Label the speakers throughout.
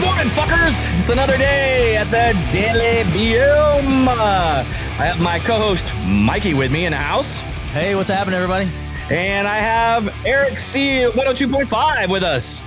Speaker 1: morning, fuckers. It's another day at the Daily Biome. I have my co host Mikey with me in the house,
Speaker 2: Hey, what's happening, everybody?
Speaker 1: and I have Eric C. 102.5 with us.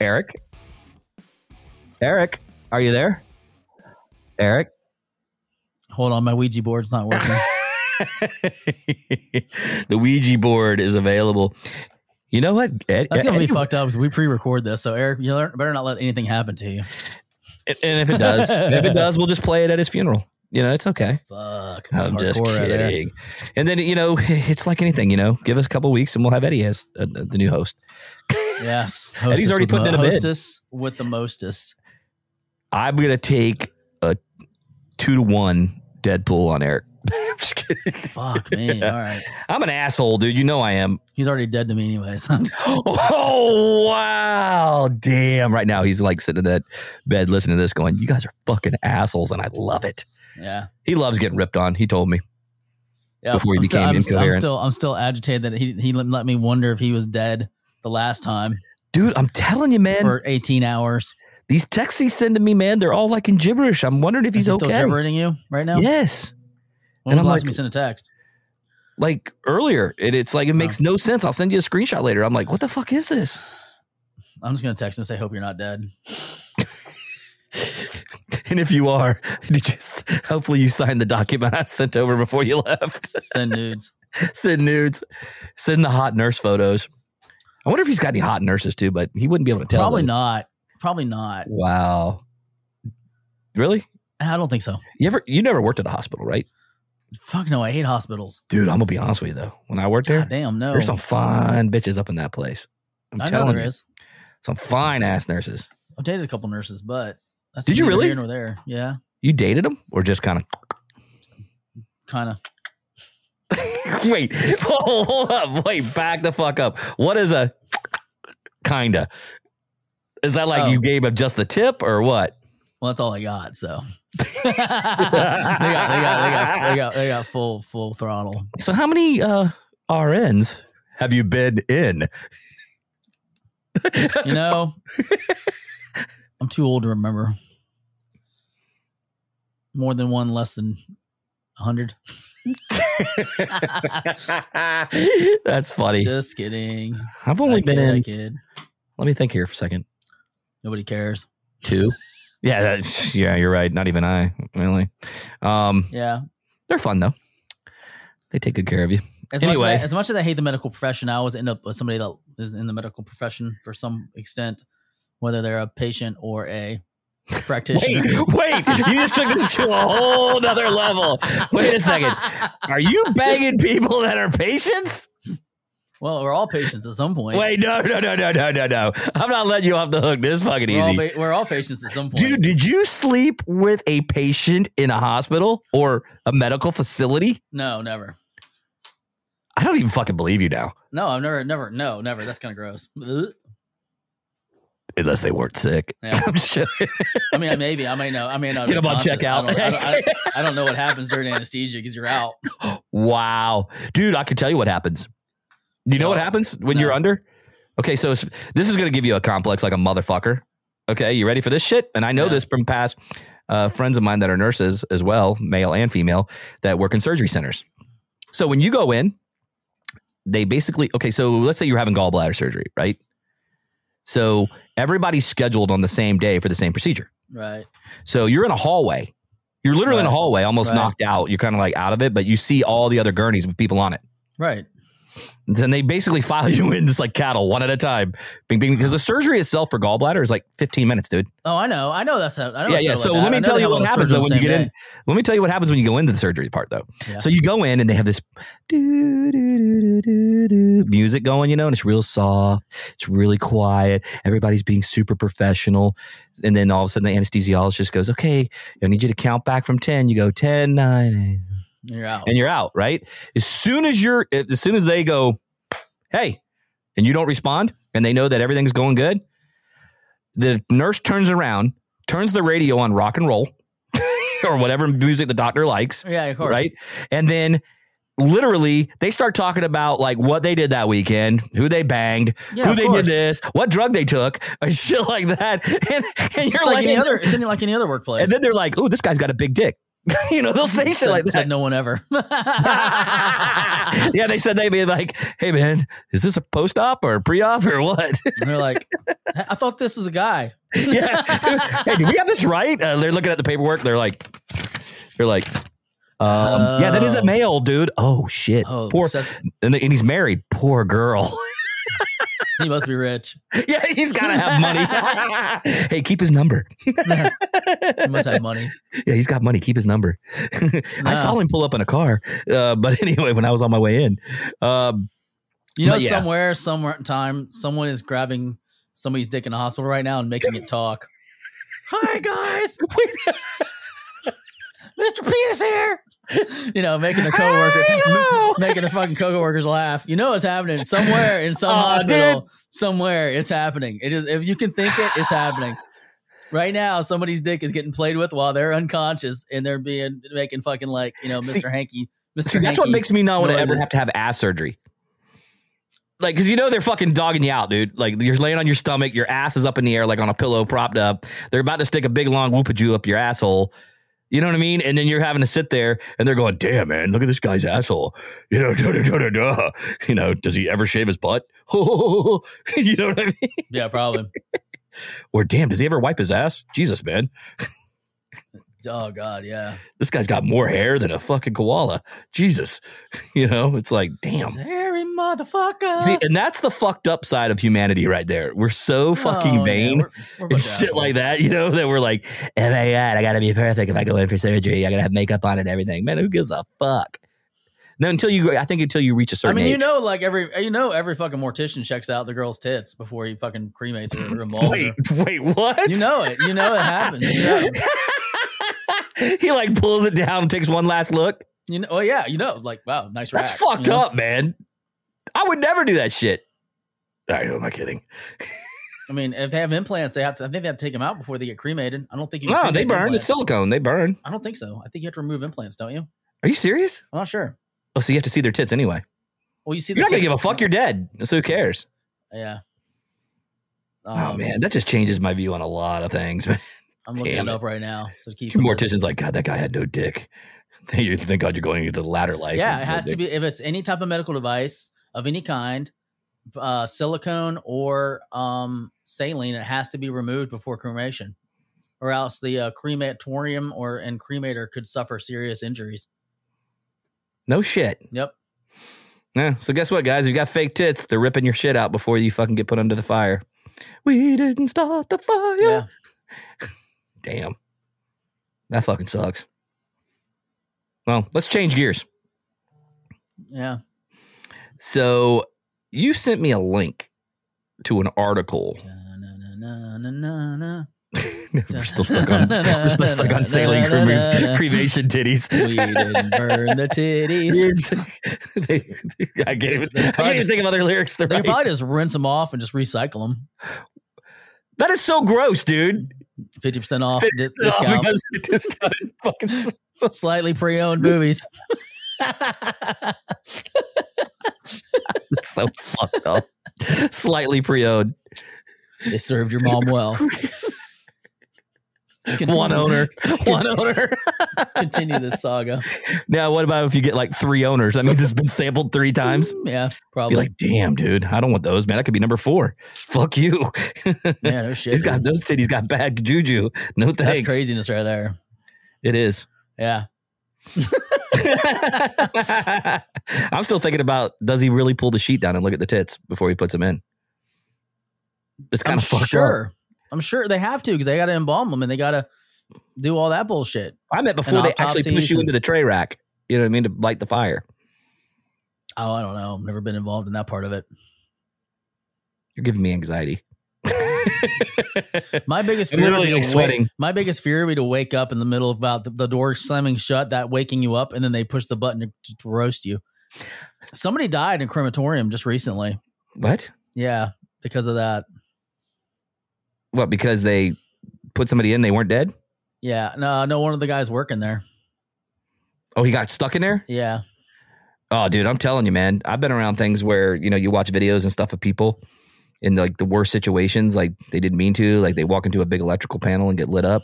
Speaker 1: Eric? Eric, are you there? Eric?
Speaker 2: Hold on, my Ouija board's not working.
Speaker 1: the Ouija board is available. You know what? Ed-
Speaker 2: That's gonna be
Speaker 1: Ed-
Speaker 2: fucked up because we pre-record this. So Eric, you learn- better not let anything happen to you.
Speaker 1: And if it does, if it does, we'll just play it at his funeral. You know, it's okay.
Speaker 2: Fuck, that's
Speaker 1: I'm just
Speaker 2: hardcore right there.
Speaker 1: kidding. and then you know, it's like anything. You know, give us a couple weeks and we'll have Eddie as uh, the new host.
Speaker 2: Yes,
Speaker 1: And he's
Speaker 2: hostess
Speaker 1: already
Speaker 2: with the
Speaker 1: putting in a bid.
Speaker 2: hostess with the mostest.
Speaker 1: I'm gonna take a two to one Deadpool on Eric. Just kidding.
Speaker 2: Fuck me. All right,
Speaker 1: I'm an asshole, dude. You know I am.
Speaker 2: he's already dead to me, anyways. I'm just-
Speaker 1: Oh wow, damn! Right now he's like sitting in that bed listening to this, going, "You guys are fucking assholes," and I love it.
Speaker 2: yeah,
Speaker 1: He loves getting ripped on. He told me.
Speaker 2: yeah.
Speaker 1: Before he
Speaker 2: I'm still-
Speaker 1: became
Speaker 2: I'm st- I'm
Speaker 1: incoherent.
Speaker 2: still, I'm still agitated that he he let- let me wonder if he was dead the last time
Speaker 1: Dude, I'm telling you, man,
Speaker 2: for 18 hours.
Speaker 1: these texts he's sending me, man, they're all like in gibberish. I'm wondering if he's
Speaker 2: Is he
Speaker 1: okay.
Speaker 2: still gibbering you right now?
Speaker 1: Yes. and
Speaker 2: When was
Speaker 1: I'm
Speaker 2: the last
Speaker 1: like-
Speaker 2: time you sent a text?
Speaker 1: Like earlier, it, it's like it makes no sense. I'll send you a screenshot later. I'm like, what the fuck is this?
Speaker 2: I'm just gonna text him and say, "Hope you're not dead."
Speaker 1: And if you are, did you, s- hopefully you signed the document I sent over before you left.
Speaker 2: Send nudes.
Speaker 1: send nudes, send the hot nurse photos. I wonder if he's got any hot nurses too, but he wouldn't be able to tell.
Speaker 2: Probably
Speaker 1: would he?
Speaker 2: not. Probably not.
Speaker 1: Wow. Really?
Speaker 2: I don't think so.
Speaker 1: You ever? You never worked at a hospital, right?
Speaker 2: Fuck no, I hate hospitals.
Speaker 1: Dude, I'm gonna be honest with you though. When I worked there,
Speaker 2: God damn, no.
Speaker 1: There's some fine bitches up in that place. I'm
Speaker 2: I know
Speaker 1: telling
Speaker 2: there
Speaker 1: you,
Speaker 2: is.
Speaker 1: some fine ass nurses.
Speaker 2: I've dated a couple nurses, but that's
Speaker 1: Did you
Speaker 2: neither
Speaker 1: really?
Speaker 2: Here nor there. Yeah,
Speaker 1: You dated them, or just kind
Speaker 2: kind of.
Speaker 1: of? wait, hold up, wait, back the fuck up. What is a kinda? Is that like
Speaker 2: Oh.
Speaker 1: you gave up just the tip, or what?
Speaker 2: Well, that's all I got. So they got they got they got they got they got full full throttle.
Speaker 1: So how many uh, RNs have you been in?
Speaker 2: You know, I'm too old to remember. More than one, less than a hundred.
Speaker 1: That's funny.
Speaker 2: Just kidding.
Speaker 1: I've only
Speaker 2: I kid,
Speaker 1: been
Speaker 2: I
Speaker 1: in.
Speaker 2: kid.
Speaker 1: Let me think here for a second.
Speaker 2: Nobody cares.
Speaker 1: two. Yeah, that, yeah, you're right. Not even I really. Um,
Speaker 2: Yeah.
Speaker 1: they're fun though. They take good care of you.
Speaker 2: As much
Speaker 1: Anyway.
Speaker 2: as I, as much as I hate the medical profession, I always end up with somebody that is in the medical profession for some extent, whether they're a patient or a practitioner.
Speaker 1: wait! You just took this to a whole nother level. Wait a second. Are you banging people that are patients?
Speaker 2: well, we're all patients at some point.
Speaker 1: Wait, no, no, no, no, no, no, no. I'm not letting you off the hook. This is fucking
Speaker 2: we're, all
Speaker 1: easy,
Speaker 2: ba- we're all patients at some point.
Speaker 1: dude. Did you sleep with a patient in a hospital or a medical facility?
Speaker 2: No, never.
Speaker 1: I don't even fucking believe you now,
Speaker 2: No, I've never, never, no, never. That's kind of gross. Ugh.
Speaker 1: unless they weren't sick.
Speaker 2: Yeah.
Speaker 1: I'm sure.
Speaker 2: I mean, maybe I may know. I may not
Speaker 1: Get
Speaker 2: be
Speaker 1: them on
Speaker 2: conscious.
Speaker 1: checkout.
Speaker 2: I don't, I, don't, I don't know what happens during anesthesia because you're out.
Speaker 1: Wow, dude, I can tell you what happens. You know
Speaker 2: No.
Speaker 1: what happens when you're
Speaker 2: No.
Speaker 1: under? Okay, so it's- this is going to give you a complex like a motherfucker. Okay, you ready for this shit? And I know
Speaker 2: Yeah.
Speaker 1: this from past uh, friends of mine that are nurses as well, male and female, that work in surgery centers. So when you go in, they basically okay. So let's say you're having gallbladder surgery, right? So everybody's scheduled on the same day for the same procedure.
Speaker 2: Right.
Speaker 1: So you're in a hallway. You're literally in a
Speaker 2: Right.
Speaker 1: hallway, almost
Speaker 2: Right.
Speaker 1: knocked out. You're kind of like out of it, but you see all the other gurneys with people on it.
Speaker 2: Right.
Speaker 1: Then they basically file you in just like cattle, one at a time. Bing, bing, because the surgery itself for gallbladder is like 15 minutes, dude.
Speaker 2: Oh, I know. I know that's how. I know
Speaker 1: Yeah,
Speaker 2: it's
Speaker 1: yeah.
Speaker 2: like
Speaker 1: So
Speaker 2: that.
Speaker 1: let
Speaker 2: I
Speaker 1: me
Speaker 2: know
Speaker 1: tell
Speaker 2: they
Speaker 1: you
Speaker 2: have
Speaker 1: what
Speaker 2: all the
Speaker 1: happens, though,
Speaker 2: surgery on
Speaker 1: when
Speaker 2: the
Speaker 1: you
Speaker 2: same
Speaker 1: get in.
Speaker 2: day.
Speaker 1: Let me tell you what happens when you go into the surgery part, though.
Speaker 2: Yeah.
Speaker 1: So you go in and they have this doo, doo, doo, doo, doo, doo music going, you know, and it's real soft. It's really quiet. Everybody's being super professional. And then all of a sudden the anesthesiologist goes, okay, I need you to count back from 10. You go 10, 9, 8,
Speaker 2: And you're out.
Speaker 1: and you're out, right? As soon as you're, eh, as soon as they go, hey, and you don't respond, and they know that everything's going good, the nurse turns around, turns the radio on rock and roll or whatever music the doctor likes,
Speaker 2: Yeah, of course.
Speaker 1: right? And then literally they start talking about like what they did that weekend, who they banged,
Speaker 2: Yeah,
Speaker 1: who
Speaker 2: of
Speaker 1: they
Speaker 2: course.
Speaker 1: did this, what drug they took, and shit like that. And, and
Speaker 2: It's
Speaker 1: you're
Speaker 2: like,
Speaker 1: like,
Speaker 2: any other. It's any like any other workplace.
Speaker 1: and then they're like, "Oh, this guy's got a big dick." you know, they'll say shit
Speaker 2: said,
Speaker 1: like
Speaker 2: said
Speaker 1: that.
Speaker 2: no one ever.
Speaker 1: yeah, they said they'd be like, "Hey, man, is this a post-op or a pre-op or what?"
Speaker 2: And they're like, I thought this was a guy.
Speaker 1: yeah. hey, do we have this right? Uh, they're looking at the paperwork. They're like, they're like, um, yeah, that is a
Speaker 2: Oh.
Speaker 1: male, dude. Oh shit,
Speaker 2: Oh,
Speaker 1: poor.
Speaker 2: Seth-
Speaker 1: And, and he's married. Poor girl.
Speaker 2: he must be rich.
Speaker 1: yeah, he's gotta have money. hey, keep his number.
Speaker 2: He must have money.
Speaker 1: Yeah, he's got money. Keep his number. I
Speaker 2: No.
Speaker 1: saw him pull up in a car, uh, but anyway, when I was on my way in, um,
Speaker 2: You know,
Speaker 1: But yeah.
Speaker 2: somewhere, somewhere in time, someone is grabbing somebody's dick in the hospital right now and making it talk. Hi guys, Mr. Penis here. You know, making the coworker,
Speaker 1: Hi-yo.
Speaker 2: making the fucking coworkers laugh. You know what's happening somewhere in some
Speaker 1: Aw,
Speaker 2: hospital. Somewhere it's happening. It is if you can think it, it's happening. Right now, somebody's dick is getting played with while they're unconscious and they're being making fucking like you know,
Speaker 1: See-
Speaker 2: Mr. Hanky. Mr.
Speaker 1: see, that's what
Speaker 2: Hanky.
Speaker 1: makes me not want to ever
Speaker 2: noises.
Speaker 1: have to have ass surgery. Like, cause you know they're fucking dogging you out, dude. Like you're laying on your stomach, your ass is up in the air, like on a pillow, propped up. They're about to stick a big long whoopajoo up your asshole. You know what I mean? And then you're having to sit there, and they're going, "Damn, man, look at this guy's asshole." You know, da da da da da. You know, does he ever shave his butt? you know what I mean?
Speaker 2: yeah, probably.
Speaker 1: Or damn, does he ever wipe his ass? Jesus, man.
Speaker 2: Oh god, yeah.
Speaker 1: this guy's got more hair than a fucking koala. Jesus. You know, it's like, damn.
Speaker 2: Hairy motherfucker.
Speaker 1: See, and that's the fucked up side of humanity right there. We're so fucking
Speaker 2: Oh,
Speaker 1: vain.
Speaker 2: Yeah, we're- we're a
Speaker 1: and
Speaker 2: bunch of
Speaker 1: shit like
Speaker 2: assholes.
Speaker 1: that, you know, that we're like, oh my God, I gotta be perfect if I go in for surgery. I gotta have makeup on and everything. Man, who gives a fuck? No, until you, I think until you reach a
Speaker 2: I
Speaker 1: certain
Speaker 2: mean, you
Speaker 1: age.
Speaker 2: know, like every you know, every fucking mortician checks out the girl's tits before he fucking cremates her or embalms
Speaker 1: wait,
Speaker 2: her.
Speaker 1: wait, what?
Speaker 2: You know it. You know it happens. You know,
Speaker 1: he like pulls it down, takes one last look.
Speaker 2: you know- oh yeah, you know, like wow, nice rack.
Speaker 1: That's fucked
Speaker 2: you know?
Speaker 1: up, man. I would never do that shit. All right, who am I kidding?
Speaker 2: I mean, if they have implants, they have to. I think they have to take them out before they get cremated. I don't think you. can
Speaker 1: No, they
Speaker 2: cremate
Speaker 1: burn. It's
Speaker 2: implants.
Speaker 1: silicone. They burn.
Speaker 2: I don't think so. I think you have to remove implants, don't you?
Speaker 1: Are you serious?
Speaker 2: I'm not sure.
Speaker 1: Oh, so you have to see their tits anyway.
Speaker 2: Well, you see,
Speaker 1: You're not
Speaker 2: the
Speaker 1: gonna give a
Speaker 2: tits-
Speaker 1: fuck. You're dead. So who cares?
Speaker 2: Yeah.
Speaker 1: Oh
Speaker 2: Um,
Speaker 1: man, that just changes my view on a lot of things. Man,
Speaker 2: I'm looking
Speaker 1: Damn
Speaker 2: it
Speaker 1: it.
Speaker 2: up right now. So keep
Speaker 1: morticians like God. That guy had no dick. You thank God you're going into the latter life.
Speaker 2: yeah,
Speaker 1: and
Speaker 2: it
Speaker 1: no
Speaker 2: has to
Speaker 1: dick.
Speaker 2: be if it's any type of medical device of any kind, uh, silicone or um, saline. It has to be removed before cremation, or else the uh, crematorium or and cremator could suffer serious injuries.
Speaker 1: no shit.
Speaker 2: Yep.
Speaker 1: Yeah. So guess what, guys? If you got fake tits, they're ripping your shit out before you fucking get put under the fire. We didn't start the fire.
Speaker 2: Yeah.
Speaker 1: Damn. That fucking sucks. Well, let's change gears.
Speaker 2: Yeah.
Speaker 1: So you sent me a link to an article.
Speaker 2: Da-na-na-na-na-na.
Speaker 1: we're still stuck on we're still stuck on sailing crema- cremation titties.
Speaker 2: We didn't burn the titties.
Speaker 1: Yes. I can't even, I can't even think of other lyrics to
Speaker 2: They could
Speaker 1: write.
Speaker 2: probably just rinse them off and just recycle them.
Speaker 1: That is so gross, dude.
Speaker 2: Fifty percent off dis-
Speaker 1: Oh,
Speaker 2: discount.
Speaker 1: because it discounted fucking. s-
Speaker 2: Slightly pre-owned movies.
Speaker 1: It's so fucked up. Slightly pre-owned,
Speaker 2: They served your mom well. Continue-
Speaker 1: one owner, one owner.
Speaker 2: Continue this saga.
Speaker 1: Now, what about if you get like three owners? That means it's been sampled three times.
Speaker 2: Yeah,
Speaker 1: Be
Speaker 2: probably.
Speaker 1: like, damn, dude, I don't want those, man. I could be number four. Fuck you.
Speaker 2: yeah, no shit.
Speaker 1: He's got
Speaker 2: dude.
Speaker 1: those titties. Got bad juju. No thanks.
Speaker 2: That's craziness right there.
Speaker 1: It is.
Speaker 2: Yeah.
Speaker 1: I'm still thinking about does he really pull the sheet down and look at the tits before he puts them in? It's kind
Speaker 2: I'm
Speaker 1: of fucked up.
Speaker 2: sure. I'm sure they have to because they got to embalm them and they got to do all that bullshit.
Speaker 1: I meant before they actually
Speaker 2: autopsies
Speaker 1: push you
Speaker 2: and-
Speaker 1: into the tray rack. You know what I mean to light the fire.
Speaker 2: Oh, I don't know. I've never been involved in that part of it.
Speaker 1: You're giving me anxiety.
Speaker 2: My biggest
Speaker 1: I'm
Speaker 2: fear would
Speaker 1: literally
Speaker 2: be to
Speaker 1: like sweating.
Speaker 2: Wake, my biggest fear would be to wake up in the middle of about the, the door slamming shut, that waking you up, and then they push the button to, to roast you. Somebody died in a crematorium just recently.
Speaker 1: What?
Speaker 2: Yeah, because of that.
Speaker 1: What? Because they put somebody in, they weren't dead.
Speaker 2: Yeah, no, no, one of the guys working there.
Speaker 1: Oh, he got stuck in there.
Speaker 2: Yeah,
Speaker 1: Oh, dude, I'm telling you, man. I've been around things where you know you watch videos and stuff of people in like the worst situations, like they didn't mean to, like they walk into a big electrical panel and get lit up,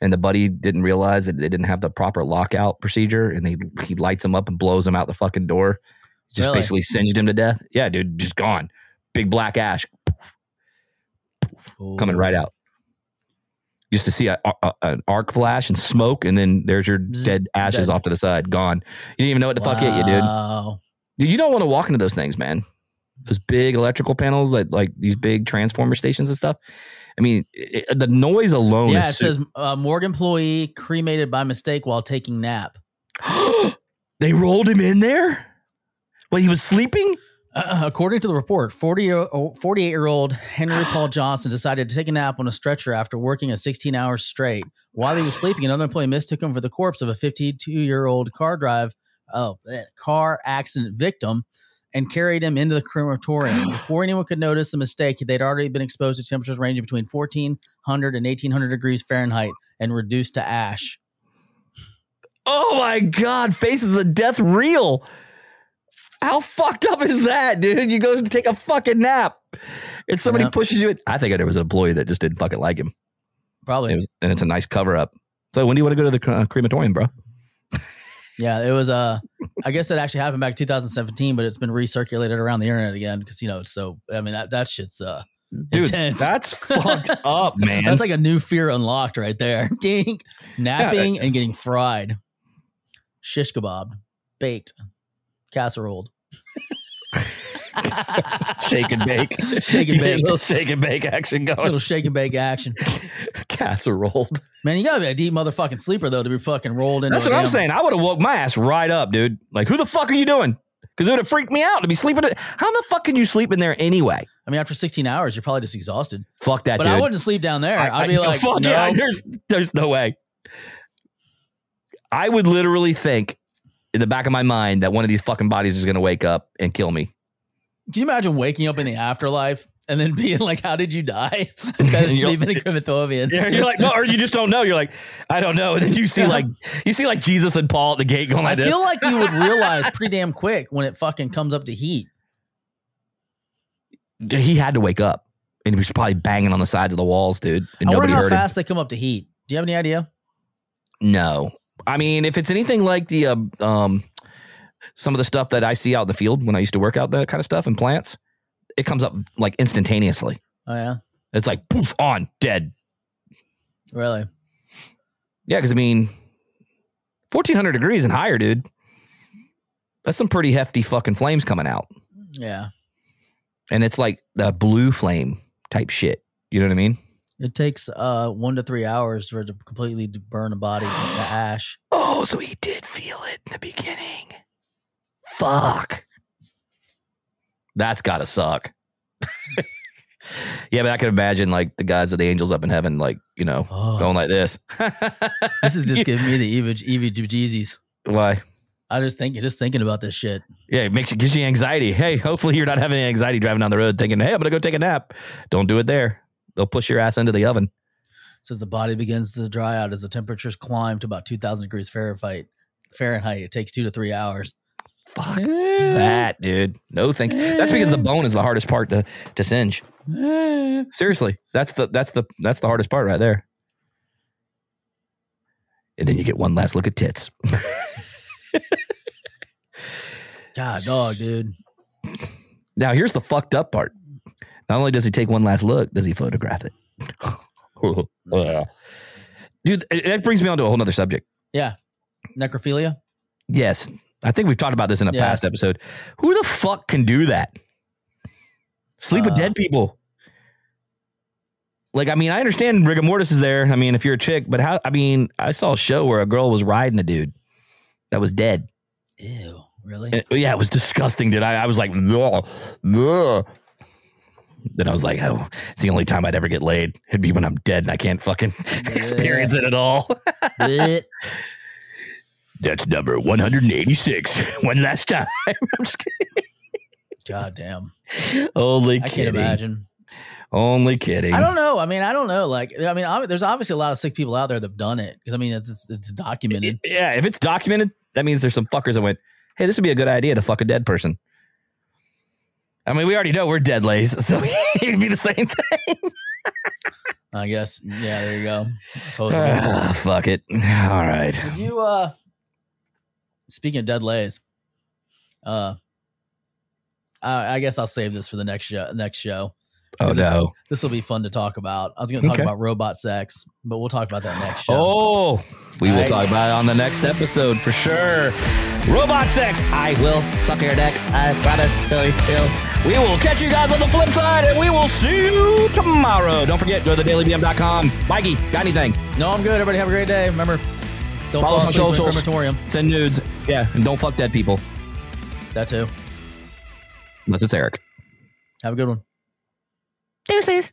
Speaker 1: and the buddy didn't realize that they didn't have the proper lockout procedure, and they he lights them up and blows them out the fucking door, just
Speaker 2: Really?
Speaker 1: basically singed him to death. Yeah, dude, just gone, big black ash coming right out. Used to see a, a- an arc flash and smoke, and then there's your
Speaker 2: Zzz,
Speaker 1: dead ashes
Speaker 2: dead.
Speaker 1: off to the side, gone. You didn't even know what the fuck hit you, dude.
Speaker 2: Wow.
Speaker 1: Dude, you don't want to walk into those things, man. Those big electrical panels, that like these big transformer stations and stuff. I mean, it, it- the noise alone.
Speaker 2: yeah,
Speaker 1: is
Speaker 2: it
Speaker 1: su-
Speaker 2: says uh, morgue employee cremated by mistake while taking nap.
Speaker 1: they rolled him in there. When he was sleeping.
Speaker 2: Uh, according to the report, 40 year, 48 year old Henry Paul Johnson decided to take a nap on a stretcher after working a 16 hours straight. While he was sleeping, another employee mistook him for the corpse of a 52 year old car drive, oh, eh, car accident victim and carried him into the crematorium. Before anyone could notice the mistake, they'd already been exposed to temperatures ranging between 1400 and 1800 degrees Fahrenheit and reduced to ash.
Speaker 1: Oh my god, faces of death real. How fucked up is that, dude? You go to take a fucking nap, and somebody
Speaker 2: Yeah.
Speaker 1: pushes you. In. I think there was an employee that just didn't fucking like him.
Speaker 2: Probably.
Speaker 1: It was, and it's a nice cover up. So when do you want to go to the cre- uh, crematorium, bro?
Speaker 2: Yeah, it was. Uh, I guess it actually happened back in 2017, but it's been recirculated around the internet again because you know it's so. I mean that that shit's uh,
Speaker 1: Dude,
Speaker 2: Intense.
Speaker 1: that's fucked up, man.
Speaker 2: that's like a new fear unlocked right there. Ding, napping and getting fried, shish kebab, baked, casserole.
Speaker 1: shake and bake.
Speaker 2: Shake and
Speaker 1: You get
Speaker 2: bake.
Speaker 1: A little shake and bake action going.
Speaker 2: Little shake and bake action.
Speaker 1: Casserole.
Speaker 2: Man, you gotta be a deep motherfucking sleeper though to be fucking rolled into.
Speaker 1: That's
Speaker 2: a
Speaker 1: what I'm
Speaker 2: damn-
Speaker 1: saying. I would have woke my ass right up, dude. Like, who the fuck are you doing? Because it would have freaked me out to be sleeping. How the fuck can you sleep in there anyway?
Speaker 2: I mean, after 16 hours, you're probably just exhausted.
Speaker 1: Fuck that,
Speaker 2: But
Speaker 1: dude.
Speaker 2: I wouldn't sleep down there. I, would be
Speaker 1: no,
Speaker 2: like,
Speaker 1: fuck
Speaker 2: no.
Speaker 1: yeah, there's there's no way. I would literally think in the back of my mind that one of these fucking bodies is gonna wake up and kill me.
Speaker 2: Can you imagine waking up in the afterlife and then being like, "How did you die?" Instead of
Speaker 1: You're-
Speaker 2: sleeping in crematorium.
Speaker 1: Yeah, you're like, no, or you just don't know. You're like, I don't know. And then you see
Speaker 2: Yeah.
Speaker 1: like you see like Jesus and Paul at the gate going
Speaker 2: I
Speaker 1: like this.
Speaker 2: feel like you would realize pretty damn quick when it fucking comes up to heat.
Speaker 1: he had to wake up and he was probably banging on the sides of the walls, dude. And
Speaker 2: I wonder
Speaker 1: nobody
Speaker 2: how
Speaker 1: heard him.
Speaker 2: fast they come up to heat. Do you have any idea?
Speaker 1: No. I mean, if it's anything like the uh, um some of the stuff that I see out in the field when I used to work out that kind of stuff in plants, it comes up like instantaneously.
Speaker 2: Oh yeah,
Speaker 1: It's like poof on dead.
Speaker 2: really?
Speaker 1: Yeah, because I mean, fourteen hundred degrees and higher, dude. That's some pretty hefty fucking flames coming out,
Speaker 2: Yeah,
Speaker 1: and it's like the blue flame type shit. You know what I mean?
Speaker 2: it takes uh one to three hours for it to completely d- burn a body to ash.
Speaker 1: Oh, so he did feel it in the beginning. Fuck. That's gotta suck. yeah, but I can imagine like the guys of the angels up in heaven, like, you know,
Speaker 2: Oh,
Speaker 1: going like this.
Speaker 2: this is just giving me the evil, evil jeezies.
Speaker 1: Why?
Speaker 2: I just think, just thinking about this shit.
Speaker 1: Yeah, it makes you gives you anxiety. Hey, hopefully you're not having any anxiety driving down the road thinking, hey, I'm gonna go take a nap. Don't do it there. They'll push your ass into the oven.
Speaker 2: says the body begins to dry out as the temperatures climb to about 2000 degrees fahrenheit fahrenheit it takes two to three hours
Speaker 1: Fuck that, dude. No thank you. That's because the bone is the hardest part to to singe. Seriously, that's the that's the that's the hardest part right there. And then you get one last look at tits.
Speaker 2: god dog dude
Speaker 1: Now here's the fucked up part. Not only does he take one last look, does he photograph it? Dude, it- that brings me on to a whole nother subject.
Speaker 2: necrophilia
Speaker 1: Yes. I think we've talked about this in a
Speaker 2: Yes.
Speaker 1: past episode. Who the fuck can do that? Sleep with
Speaker 2: Uh,
Speaker 1: dead people. Like, I mean, I understand rigor mortis is there. I mean, if you're a chick, but how, I mean, I saw a show where a girl was riding a dude that was dead.
Speaker 2: ew really
Speaker 1: And- oh, yeah, it was disgusting, dude. I, I was like, "Ugh, ugh." then I was like, oh, it's the only time I'd ever get laid. It'd be when I'm dead and I can't fucking experience it at all.
Speaker 2: Blech.
Speaker 1: That's number 186. One last time. I'm just kidding.
Speaker 2: god damn
Speaker 1: Only
Speaker 2: i can't
Speaker 1: kidding.
Speaker 2: imagine
Speaker 1: Only kidding.
Speaker 2: i don't know i mean i don't know like i mean ob- there's obviously a lot of sick people out there that've done it because i mean it's, it's, it's documented
Speaker 1: yeah, if it's documented, that means there's some fuckers that went, hey, this would be a good idea to fuck a dead person. I mean, we already know we're dead lays, so it'd be the same thing.
Speaker 2: I guess. Yeah, there you go. Pose it.
Speaker 1: Ah, fuck it. All right.
Speaker 2: Did you uh speaking of dead lays, uh I, I guess I'll save this for the next show next show.
Speaker 1: Oh
Speaker 2: Is this-
Speaker 1: no.
Speaker 2: This will be fun to talk about. I was gonna talk
Speaker 1: Okay.
Speaker 2: about robot sex, but we'll talk about that next show.
Speaker 1: Oh, we will
Speaker 2: Right.
Speaker 1: talk about it on the next episode for sure. Robot sex. I will suck your dick. I promise. I will. We will catch you guys on the flip side, and we will see you tomorrow. Don't forget, go to thedailybm.com. Mikey, got anything?
Speaker 2: No, I'm good. Everybody have a great day. Remember, don't
Speaker 1: Follow
Speaker 2: fall
Speaker 1: us on
Speaker 2: asleep in
Speaker 1: socials.
Speaker 2: crematorium.
Speaker 1: Send nudes. Yeah, and don't fuck dead people
Speaker 2: That too.
Speaker 1: unless it's Eric.
Speaker 2: Have a good one.
Speaker 1: Deuces.